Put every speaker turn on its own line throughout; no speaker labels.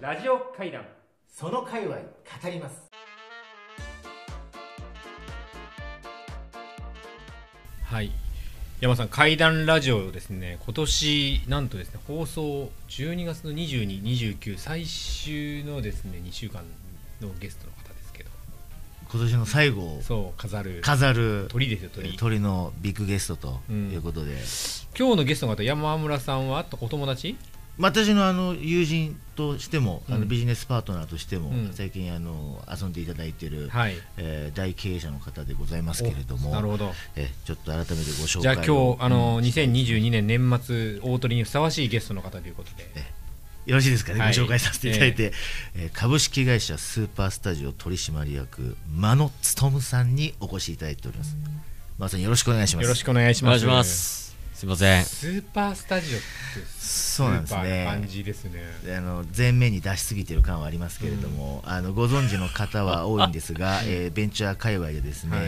ラジオ会談
その界隈語ります
はい山さん怪談ラジオですね今年なんとですね放送12月の2229最終のですね2週間のゲストの方ですけど
今年の最後を
そう飾る
飾る
鳥ですよ鳥
鳥のビッグゲストということで、
今日のゲストの方山村さんはお友達
まあ私のあの友人としても、あ
う
の
ん
ビジネスパートナーとしても、
うん
最近あの遊んでいただいてる、
はい
えー大経営者の方でございますけれども
おなるほど
えーちょっと改めてご紹介を
じゃあ今日あの、
うん
2022年年末大鳥にふさわしいゲストの方ということで
よろしいですかね、
はい
ご紹介させていただいて、えー株式会社スーパースタジオ取締役間野勉さんにお越しいただいております間野さんよろしくお願いします
よろしくお願いし
お願
ま
い
す
します。すいません。
スーパースタジオってス
そうなん
ー
です
パー
ね
な感じですね
あの前面に出しすぎてる感はありますけれども、あのご存知の 方は多いんですが、えーベンチャー界隈でですね、
はい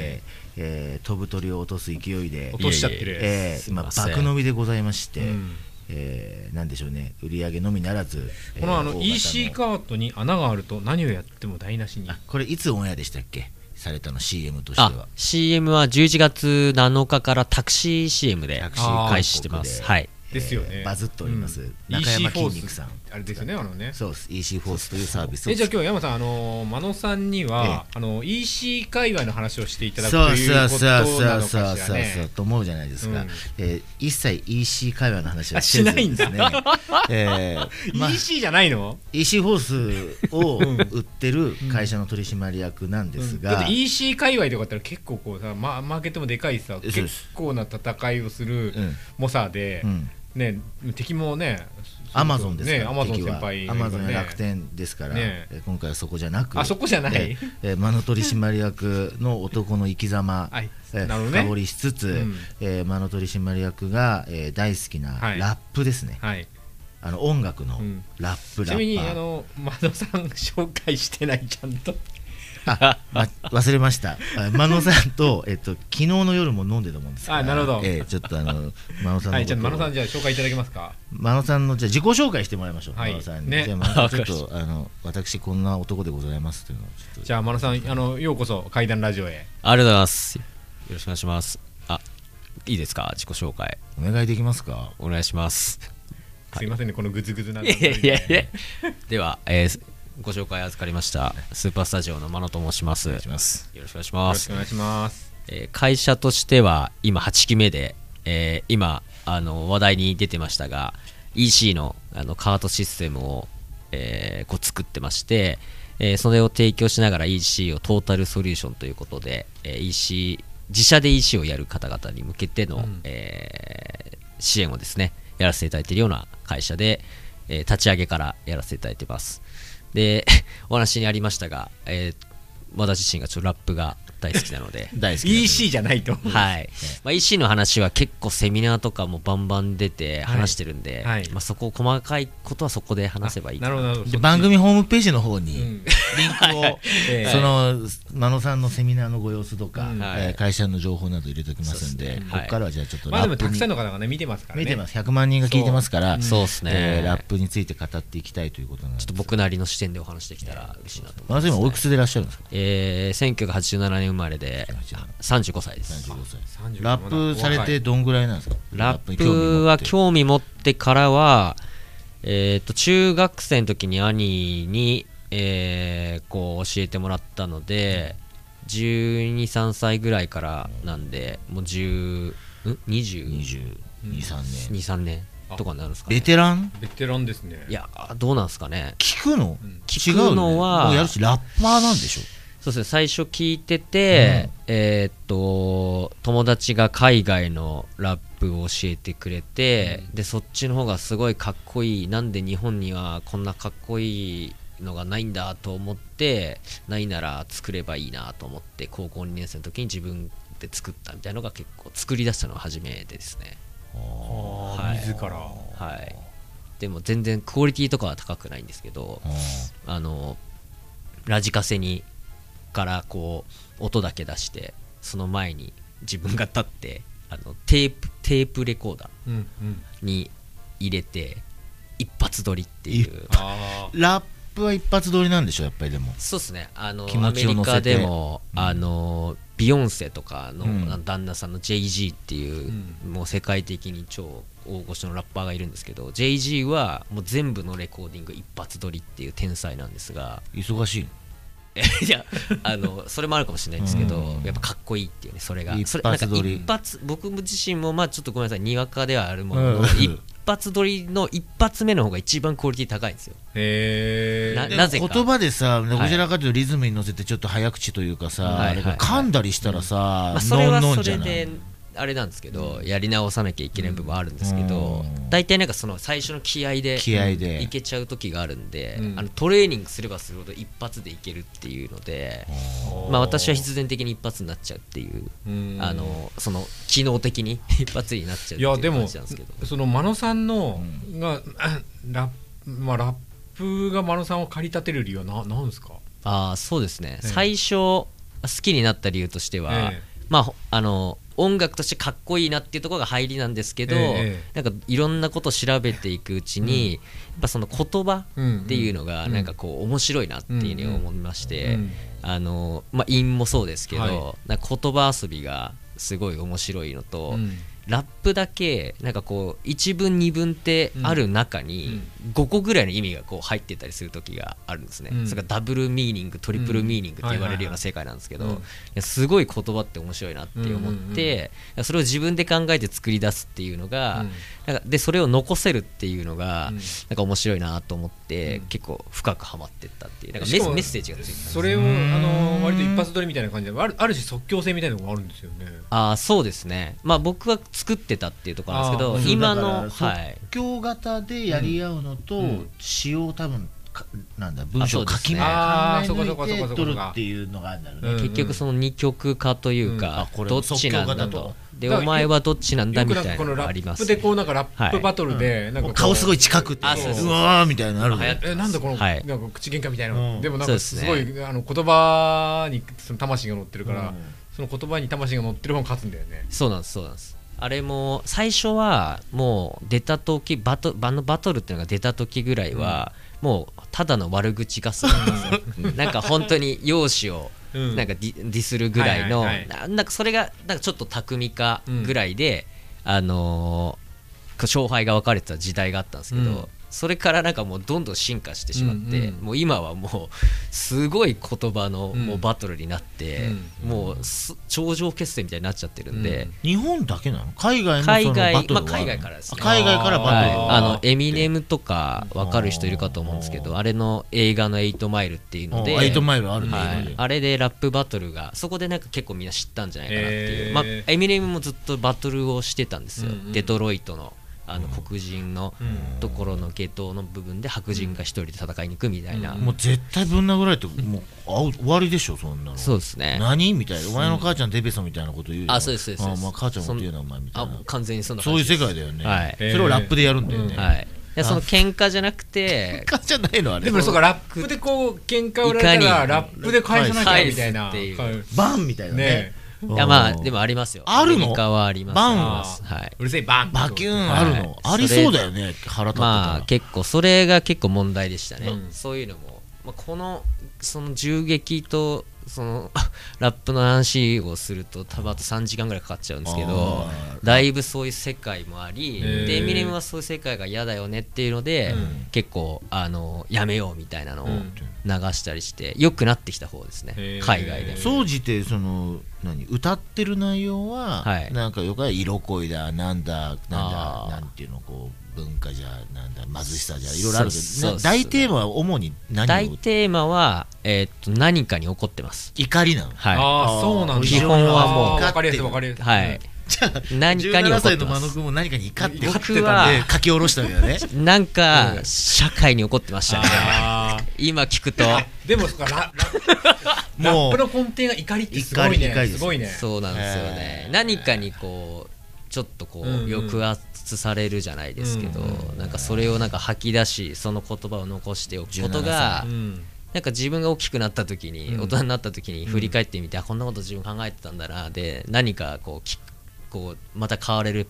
えー飛ぶ鳥を落とす勢いで
落としちゃってる
え
す
ー
い
今
ません
爆伸びでございまして、
うん
えーなんでしょうね売り上げのみならず
このあの
えー大型
EC カートに穴があると何をやっても台無しに
あこれいつオンエアでしたっけされたの CM として
あ
は、
CM は11月7日からタクシー CM で
タクシー広告で
開始してます。はい。
ですよね、
えーバズっております、
うん
中
EC
山
フ
き
ォ
ん
ース
に君さん
あれですよねあのね
そうです EC フォースというサービスを
えじゃあ今日山さんあの真野さんには、あの EC 界隈の話をしていただくと
そう
い
そうう
こ
そう
とな
そう
の
そ
か
う
し
そ
ら
う
ね
と思うじゃないですか、
うん
えー一切 EC 会話の話はせず
あしないんだ
ですね、えーまあ
EC じゃないの、
EC ホースを売ってる会社の取締役なんで
うん
す
だっ
が、
て EC 界隈とかって結構こうさ、ま、マーケットもでかいしさ
そうです
結構な戦いをする
うん
猛者で、
うん
ね、敵もね
アマゾンですか
ね
ら、
アマゾン
敵
先
は
輩
アマゾンや
ね
楽天ですから、
ね
えー今回はそこじゃなく
あそこじゃない
えーえー間の取締役の男の生き様、
はい
えー
なるほどね
深掘りしつつ、
うん
えー間の取締役が、えー大好きな
はい
ラップですね、
はい
あの音楽の
うん
ラップ
ち
ラ
なみ
ッ
に
パー、
あの真野さん紹介してないちゃんと
あ、ま、忘れました。あ真野さんと、 えっと、昨日の夜も飲んでたもんですから。
あなるほど
ええちょっとあの、真野さんのことを。
はいじゃあ真野さんじゃあ紹介いただけますか
真野さんの、じゃあ自己紹介してもらいましょう。
はい
真野さんに。
ね
じゃあ真野さん、
わか
ち
り
ょっと、あの、私こんな男でございますっていうのを、ちょっと。
じゃあ真野さんあのようこそ怪談ラジオへ
ありがとうございます。よろしくお願いします。あ、いいですか自己紹介。
お願いできますか
お願いします。
すいませんねこのグズグズない
や いやいやでは、えーご紹介預かりました。スーパースタジオの真野と申します。よろしく
ます。
お願いし
よ
ま
ろし
す
くお。願いします
えー会社としては今8期目で、えー今あの話題に出てましたが EC のあのカートシステムを、えーこう作ってまして、えーそれを提供しながら EC をトータルソリューションということで、えー EC 自社で EC をやる方々に向けての、
うん
えー支援をですねやらせていただいているような会社で、えー立ち上げからやらせていただいてますで お話にありましたが、えー私自身がちょっとラップが大好きなの で
大好きなんで。
EC じゃないと
はいまあ、EC の話は結構セミナーとかもバンバン出
は
て
い
話してるんで、
はい
まあ、そこ細かいことはそこで話せばいい
な
か
るほど
な
なるほど
で番組ホームページの方
う
に、
ん
リンクを、
ええ
その真野さんのセミナーのご様子とか、
うん
はい
えー会社の情報など入れておきますんで、
ね
ここからはじゃあちょっと
まあ
ラッ
で
プ
も
に
たくさんの方がね見てますからね
見てます100万人が聞いてますから
そうそうっすね
えーラップについて語っていきたいということなんで
ちょっと僕なりの視点でお話できたら嬉しいなと思
真野
います、
さん今おいくつでいらっしゃるんですか
えー1987年生まれで
1987
あ35歳です
35
35
歳ラップされてどんぐらいなんですか
ラッ
に興味
プ
持っ
は
て
興味持ってからは、えー、と中学生の時に兄に、えーこう教えてもらったので123歳ぐらいからなんでもう10ん20
2223年
23年とかになるんですかね
ベテラン
ベテランですね
いやーどうなんですかね
聞くの
聞くのは
違うよねもうやるしラッパーなんでしょ
そうですね最初聞いてて、えーっと友達が海外のラップを教えてくれて、でそっちの方がすごいかっこいいなんで日本にはこんなかっこいいのがないんだと思ってないなら作ればいいなと思って高校2年生の時に自分で作ったみたいなのが結構作り出したのが初めてですね
あー
はい
自ら
はいでも全然クオリティとかは高くないんですけど、
うん
あのラジカセにからこう音だけ出してその前に自分が立ってあのテープテープレコーダ
うんうん
ーに入れて一発撮りっていう
あ
ラップは一発撮りなんでしょやっぱりでも
そうですねあの
気
ア
持
メ
ちを
リ
乗せて
カでも、
うん
あのビヨンセとかの、
うん
あの旦那さんの JG っていう、
う
もう世界的に超大御所のラッパーがいるんですけど JG はもう全部のレコーディング一発撮りっていう天才なんですが
忙しい
いやあのそれもあるかもしれないですけど、
うん
やっぱかっこいいっていうねそれが
一
それ
発撮り
なんか一発僕自身もまあちょっとごめんなさいにわかではあるものの、
うん
一発撮りの一発目の方が一番クオリティ高いんですよ
へ
な
え
でも
ぜか
言葉でさ
い
どちらかというとリズムに乗せてちょっと早口というかさ、
はいはいはい
噛んだりしたらさ、
まあ、それ
ノン
は
ノ
そ
ンじ
れ
ゃない
であれなんですけど、やり直さなきゃいけない部分もあるんですけど、
うん
大体なんかその最初の気合で
気合で
いけちゃう時があるんで、
うん
あのトレーニングすればするほど一発でいけるっていうので、まあ、私は必然的に一発になっちゃうっていう、
うん
あのその機能的に 一発になっちゃう
い
っ
や
てい
で
う感
も
じなんですけど。
その真野さんのが あラップまあラップが真野さんを駆り立てる理由はななんですか
あーそうですね、
ええ
最初好きになった理由としては、
ええ
まあほあの音楽としてかっこいいなっていうところが入りなんですけど、
ええ
なんかいろんなことを調べていくうちに、やっぱその言葉っていうのが
うん
なんかこう面白いなっていうふうに思いまして、
うん
あのまあ韻もそうですけど、
は
なんか言葉遊びがすごい面白いのと、
うん
ラップだけなんかこう1文2文ってある中に5個ぐらいの意味がこう入ってたりする時があるんですね、
うん
それがダブルミーニングトリプルミーニングって言わ
うんは
れるよう
いはいは
ない世界なんですけ
うん
どいやすごい言葉って面白いなって
う
思っ
んうんうん
てそれを自分で考えて作り出すっていうのがなんかでそれを残せるっていうのが
うん
なんか面白いなと思って
うん
結構深くハマってったっていうなんか
し
メ
か
ス
も
メッセージがついてたんです
それをあの割と一発撮りみたいな感じであるある種即興性みたいなのがあるんですよね
あーそうですねまあ僕は作ってたっていうところなんですけ
あ
ど
ー
今
う
の
んだから
はい
即興型でやり合うのと、
うん
詩を多分かなんだ文章を
あそう
書
です
き
ね
ま
あー
考え
そこそこそ
抜い
こそ
て
こ
取るっていうのがあるんだろうね、
うん
結局その二極化という
うん
か
あ、これ
どっちなんだ
即興型と
と
か
で
だから
お前はどっちなんだ
よ
み
くな
た
んか
いな
こ
の
の
があ
ラ
りま
ップ
す
で
ね
こうなんかラップバトルでなんか
も
こ
う
う
顔すごい近くって
あそうです
うわーみたいなのある
流行って
えなんだこの、
はい
なんか口喧嘩みたいなの、
うん
でもなん
そう
か
です
す
ね
ごい、あの言葉にその魂が乗ってるから、
うん
その言葉に魂が乗ってる方が勝つんだよね
そうなんですそうなんですあれも最初はもう出た時バトバのバトルっていうのが出た時ぐらいはもうただの悪口合戦なんで すよなんか本当に容姿を
うん
なんかディディスるぐらいの
はいはい
ななんかそれがなんかちょっと巧み化ぐらいであのーこう勝敗が分かれてた時代があったんですけど、
うん
それからなんかもうどんどん進化してしまって、
うんうん
もう今はもうすごい言葉の
うん
もうバトルになって、もうす頂上決戦みたいになっちゃってるんで、
うん
日本だけなの海外のそ
海
の
外
バトルは、
まあ海外からですね
あ海外からバトル
はい、
は
あのエミネムとか分かる人いるかと思うんですけ
う
ど
ん
あれの映画の「エイトマイル」っていうので。
エイトマイルあるね、
はい、あれでラップバトルがそこでなんか結構みんな知ったんじゃないかなっていう、
えー
まあ、エミネムもずっとバトルをしてたんですよ、
うんうん
デトロイトのあの黒人の
うん
ところの下等の部分で白人が一人で戦いに行くみたいな、
うん
もう絶対ぶん殴られてもうあ終わりでしょそんなの
そうですね
何みたいなお前の母ちゃんデベソみたいなこと言うよ
あそうですそうです
あまあ母ちゃんも言うなお前みた
あ
い
も
な
う完全にそんな
そう
感
いう
じで
世
す
界だよね、
はい
それをラップでやるんだよね、
はい、でその喧嘩じゃなくて
母ちゃんない のあれ
でもそうかラップでこう喧嘩売られ
い
た
からに
ラップで返さなきゃみたいな
返すっていう
返す
バンみたいなね
ね
いやまあで
も
もありますよ
あるの
アメリカはあります
バン
あり
は
ますはいう
るせえバンって
バキューン
はい
あるの、ありそうだよね腹立ってたら、
まあ結構それが結構問題でしたね、
うん
そういうのも、まあ、このその銃撃とその ラップの話をすると多分あと3時間ぐらいかかっちゃうんですけど
あ
だいぶそういう世界もあり
へー
でエミネムはそういう世界が嫌だよねっていうので、
うん
結構あのやめようみたいなのを
うん
流したりして良くなってきた方ですね、
へー
海外でも
総じてその何歌ってる内容は、
はい
なんかよくは色恋だなんだな
あ
ん
ー
だなんていうのこう文化じゃなんだ貧しさじゃいろいろあるけ
そう
ど
そう
な大テーマは主に何
大
を
テーマは、えーっと何かに怒ってます
怒りなの
はい
ああそうなんだ
基本はもう
分かりやすい分かりやすい
はい、
じゃあ
何かに怒
17
って
歳の
ま
真野
す
君も何かに怒って
僕
怒っ
は
てたんで書き下ろしたわけだね
なんか社会に怒ってましたね
あ
今 聞くと
ーでもそうかラララ
も
ッ
う
プの根底が怒りってすごい
怒り怒
ね
りです
すごいね
そうなんですよね
えー
何かにこうちょっとこ
うんうん
う抑圧されるじゃないですけど
うん
なんかそれをなんか吐き出しその言葉を残しておくことが
うん
なんか自分が大きくなった時に
うん
大人になった時に振り返ってみてあこんなこと自分考えてたんだなで何かこうきこうまた変われる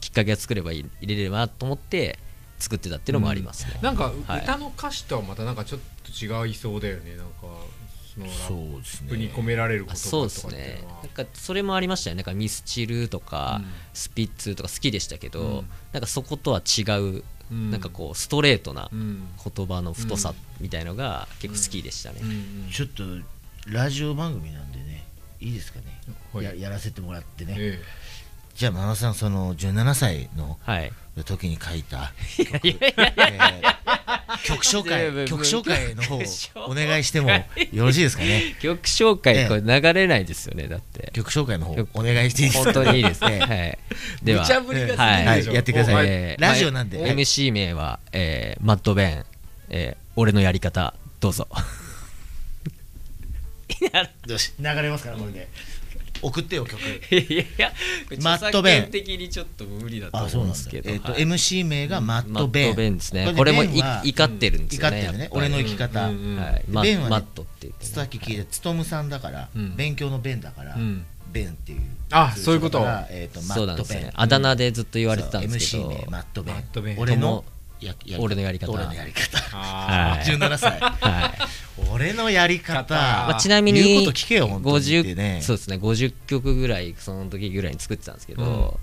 きっかけを作ればいい入れればなと思って作ってたっていうのもありますね、
なんか
はい
歌の歌詞とはまたなんかちょっと違いそうだよねなんかそのラ
そう
ッ
です
プに
ね
込められる言
あ
葉と
そう
かって
です
い
ね
うのは
なんかそれもありましたよねなんかミスチルとか、
うん
スピッツとか好きでしたけど、
うん
なんかそことは違う、
うん
なんかこうストレートな
うん
言葉の太さ
うん
みたいのが結構好きでしたね、
うん
ちょっとラジオ番組なんでねいいですかね、
はい
ややらせてもらってね、
え
じゃあ真野さんその17歳の
はい
時に書いた えー曲紹
いやいやい
介
や
曲紹介の方
曲紹介
お願いしてもよろしいですかね
曲紹介
え
これ流れないですよねだ って
曲紹介の方
曲
お願いしていいですか
本当にいいですね、はい、
え
で
無
は
茶ぶりが過ぎ
は
るで
い
しょ
やってください
お前
えー
ラジオなんで
まあ
はい
MC 名は、えーマッド・ベン、えー俺のやり方どうぞ
よし流れますからこれで送ってよ曲
いや
マッドベン著作権
的にちょっと無理だ
あそうなんですけど、えっと MC 名がマッ
マ
ト・
ッ
ベン
ド・ベンですねこれもい怒ってるんです
怒
よ
っ
ね
てる
やぱ
ね
り
俺の生き方、
うんうん
はいマ
ベンはね
マットって言ってね
さっき聞いてつとむさんだから、
うん
勉強の弁だから、
うん
弁っていう
あそういうこと
だからえっとマ
そうな
ッ
ん
ト
です
弁、
ねあだ名でずっと言われてたんですけ
そ
ど
う MC 名マットベン
マットベン
俺のやや
俺のやり方
俺のやり方
あ
はい
17歳
はい
俺のやり
方
方、
まあ、ちなみに
言うこと聞けよ本当にって
50
ね
そうですね50曲ぐらいその時ぐらいに作ってたんですけど、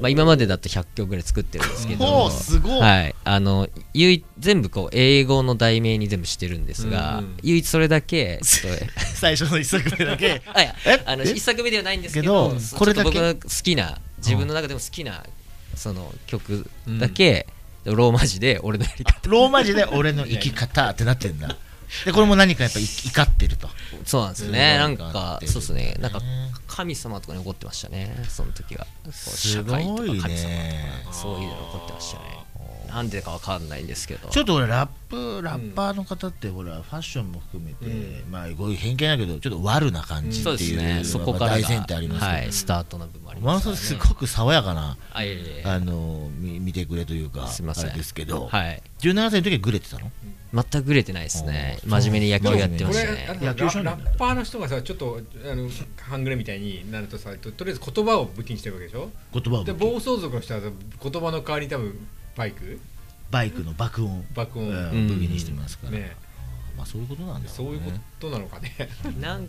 まあ、今までだと100曲ぐらい作ってるんですけど
おーすごい
はい、あの唯一全部こう英語の題名に全部してるんですが、
うんうん
唯一それだけちょっと
最初の一作目だけ
あいや
え
あの
え
一作目ではないんですけど
けど
ちょっと
これだけ
僕の好きな自分の中でも好きなその曲だけ、ローマ字で俺のやり方
ローマ字で俺の生き方ってなってんだでこれも何かやっ ぱい怒ってると
そうなんです
う
ね
ん
なんかそうですねなんか
ね
神様とかに怒ってましたねその時はこう
す
社
ごいね
会とか神様とかそういうの怒ってましたねなんでかわかんないんですけど
ちょっと俺ラップラッパーの方ってほらファッションも含めて、
う
まあこういう偏見だけどちょっと悪な感じって
そうです
い
ね
う
そ
の
こ
が
から
大
が
前提ありますけど、
はいスタートの部分もあり
ま
ま
あ
す
そ
か
れ
ら
すごく爽やかな、
あいえいえ
あのみ見てくれというか
すいません
あれですけど、
はい
17歳の時はグレてたの
全くグレてないですね
おー
真面目に野球やってま
こ
し
れ
た
あ
ね
の
野
ラ
球少年だ
ラッパーの人がさちょっとあの半グレみたいになるとさととりあえず言葉を武器にしてるわけでしょ
言葉を
で
武器
暴走族の人は言葉の代わりに多分バイク
バイクの爆音
爆音、
うん
うん
武器にしてますから、
ね
まあそういうことなんだろ
そういうことなの かね
なん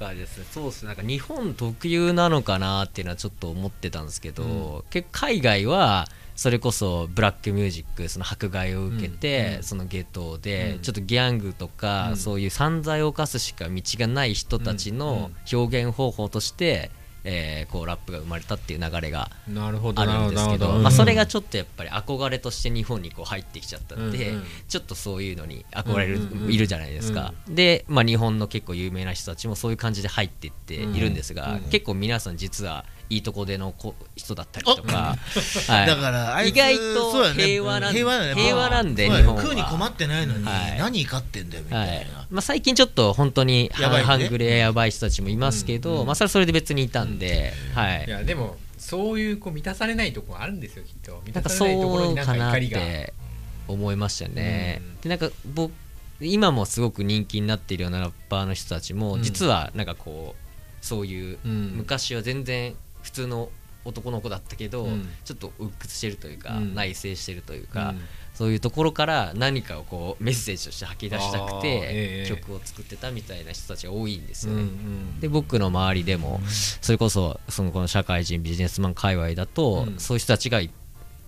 かですねそうですねなんか日本特有なのかなっていうのはちょっと思ってたんですけど、結構海外はそれこそブラックミュージックその迫害を受けて、
うん
そのゲトで、
うん
ちょっとギャングとか、
うん
そういう犯罪を犯すしか道がない人たちの表現方法として、えーこうラップが生まれたっていう流れが
なるほ
あるんですけど
うん
まあ、それがちょっとやっぱり憧れとして日本にこう入ってきちゃったんで、
うんうん
ちょっとそういうのに憧れる、
うんうんうん
いるじゃないですか、で、まあ、日本の結構有名な人たちもそういう感じで入っていっているんですが、
うん
結構皆さん実はいいとこでの子人だったりとか、は い
だからあい
意
つ
外と平和なん
そうだね平和だね
平和なんで
そうだ
日
ね
本は
食うに困ってないのに、
はい
何怒ってんだよみた
はいい
な、
まあ、最近ちょっと本当に
やばいね
ハングレやばい人たちもいますけど、まあ、それはそれで別にいたんで、はい
い、やでもそういうこう満たされないところあるんですよきっと満
なん
た
か
さ
そ
れないところに
う
なん
か
か
なっ
怒りが
て思いましたね
うん。
でなんか僕今もすごく人気になっているようなラッパーの人たちも、
うん
実はなんかこうそういう、
うん
昔は全然普通の男の子だったけど、
うん
ちょっと鬱屈してるというか、
うん
内省してるというか、
が
そういうところから何かをこうメッセージとして吐き出したく
あー
て、
ええ
曲を作ってたみたいな人たちが多いんです
う
よ
ん
ね。
うん
で僕の周りでもそれこそそのこの社会人ビジネスマン界隈だと、
うん
そういう人たちがい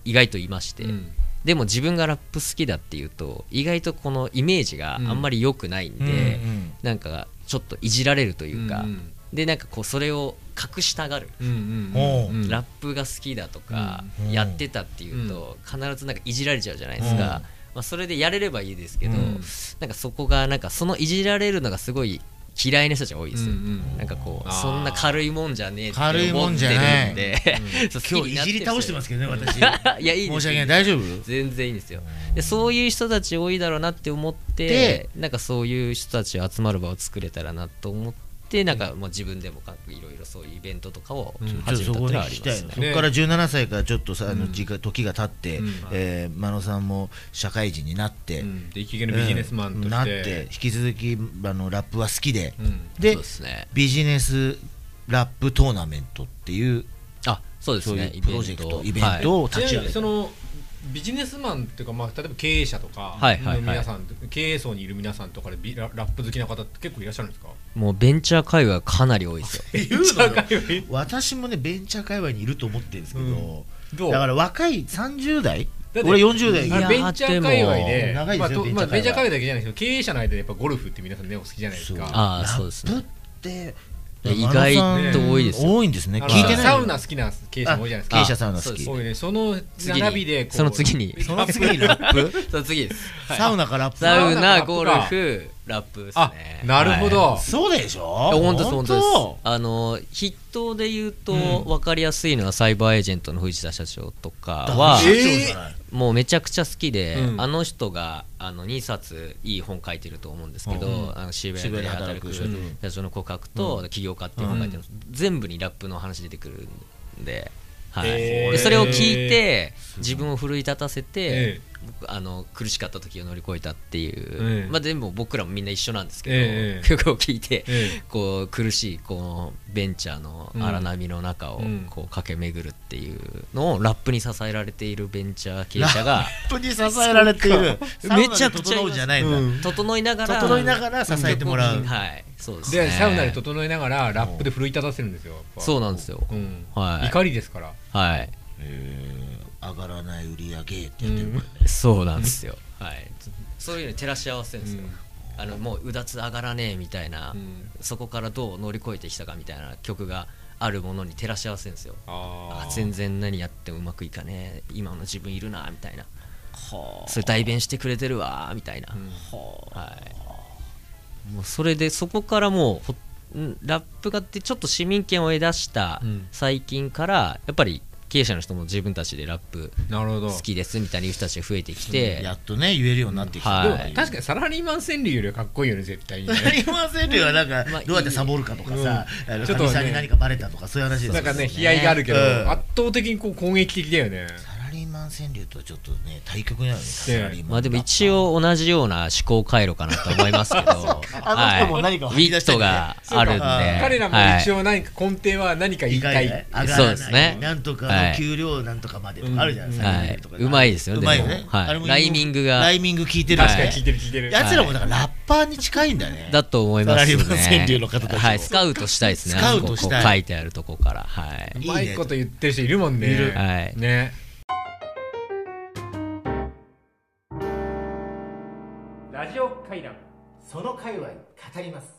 意外といまして、
うん
でも自分がラップ好きだっていうと意外とこのイメージがあんまり良くないんで、
うんうん
なんかちょっといじられるというか、
うんうん
でなんかこうそれを隠したがる、
うん
おう
うん
ラップが好きだとか、
うん
やってたっていうと、必ずなんかいじられちゃうじゃないで
う
すか、
ん
まあ、それでやれればいいですけど、
うん
なんかそこがなんかそのいじられるのがすごい嫌いな人たちが多いですよ、
うんうん
なんかこう
あー
そんな軽いもんじゃねえって
軽いも
思
ん
っ
じ
て
ゃ
る
ない
んでそう
今日いじり倒してますけどね私申し
ど いやいいですよ
訳ない大丈夫
全然いいんですよでそういう人たち多いだろうなって思って
で
なんかそういう人たちを集まる場を作れたらなと思ってなんかもう自分でもかいろいろそういうイベントとかを
ん
ちょっと
始
そ
め
こに
たってのはあ
聞
り
き
ま
たい
す
の
ね
そこから17歳からちょっとさあの時間時が経って、
うん
えー真野さんも社会人になって、
うんで生きがいのビジネスマンとして、
うんなって引き続きあのラップは好きで、
うん
で
そうですね
ビジネスラップトーナメントっていう
あそうです
そう
ね
いうプロジェクトイベン
はい
トを
ち
立
なみに
ち上げ
そ
た、
のビジネスマンっていうか、まあ、例えば経営者とか
はいはいは
の
い
皆さん、経営層にいる皆さんとかでビララップ好きな方って結構いらっしゃるんですか
もうベンチャー界隈かなり多いですよ
言うのよ
私もねベンチャー界隈にいると思ってるんですけど、
どう
だから若い30代
だって
俺40代
い
まあ
や
ベンチャー界隈
で
で、
も長いですよ
まあとまあ
ベ
ベ
ン
ンチャー界
チャー界隈
隈だけじゃないですけど、経営者の間でやっぱゴルフって皆さんね、お好きじゃないです
そう
か。
ああそうです
ラッ
ね
プって
いや意外と多いですよ
多いんですね
あの
聞いてない
サウナ好きな経営者も多いじゃないです
あ経
か。
営者サウナ好
そうで
き
す
多いね、その並びでこう、
その次に
その次にラップ
その次です
サウナかラップ
サウナ
ナ
ゴルフラップです
あ
ね、
なるほど。
そうでしょ
いや本当です本当
本
ですあの筆頭で言うと、分かりやすいのはサイバーエージェントの藤田社長とか
当
は
社長じゃない
もうめちゃくちゃ好きで、
うん
あの人があの2冊いい本書いてると思うんですけど、
うん
あの渋谷で働く
渋谷で働
社長の告白と、起業家っていう本書いてるんです、全部にラップの話出てくるんで,、はい
へー
でそれを聞いて自分を奮い立たせて
え、
僕あの苦しかった時を乗り越えたっていう、
ええ
まあ、でも僕らもみんな一緒なんですけど、
ええ
曲を聞いて、
ええ
こう苦しいこうベンチャーの荒波の中を
うん
こう駆け巡るっていうのをラップに支えられているベンチャー経営者が
当に支えられているサウ
そうか
ナ
め
で
ちゃくちゃい
整
ます
うじゃないんだ、
うん
整いながら
整いながら支えてもらう
はいそうですね
で、サウナで整えながら、ラップで奮い立たせるんですよ、やっぱ
そうなんですよ
うん
はい
怒りですから。
はい
えー上がらない売り上げってやってるもんね、
そうなんですよはいそういうのに照らし合わせるんですよ
うん
あのもううだつ上がらねえみたいな
うん
そこからどう乗り越えてきたかみたいな曲があるものに照らし合わせるんですよ
あ
あ
ー
全然何やってもうまくいかねえ今の自分いるなみたいなそれ代弁してくれてるわみたいな、
ん
はい、もうそれでそこからもうほんラップがってちょっと市民権を得だした
うん
最近からやっぱり経営者の人も自分たちでラップ
なるほど。
好きですみたいな人たちが増えてきて、
やっとね言えるようになってきた、
はい
でも 確かにサラリーマン川柳よりはかっこいいよね、絶対にね。
サリーマン川柳はなんか
まあいい
どうやってサボるかとかさ、あの
ちょっと
かみ
ね
さんに何かバレたとかそういう話ですよ
なんかね、
そう
悲哀があるけど、
うん
圧倒的にこう攻撃的だよね。
サラリーマン川柳とはちょっとね対局になるねサラリーマン
まあでも一応同じような思考回路かなと思いま すけど、
あの人も何かを
ウ
吐き
ィ
出し
ッ
て
ト
るね
があるん
そう
で、
か
彼らも
はい
一応何か根底は何か言
意
いた
外
い。
とね上が
そう
らな
です
い、
ね
なんとか
は
の
い
給料なんとかまでとかあるじゃないですか、
うん
サラリーマンとか
はいうまいですよ
うまいよ
で
ね、
もはい
あれも
ライミングが
ライミング効いてるよ
確
ね
かに聞いてる聞いてる。
やつらもだからラッパーに近いんだね
だと思いますね。
サラリーマン川柳の方たちを
はい、スカウトしたいですね。
スカウトしたい
あそここう書いてあるとこから。はい。
うまいこと言ってる人いるもんね。
いる
はい
ね。ラジオ会談。
その界隈語ります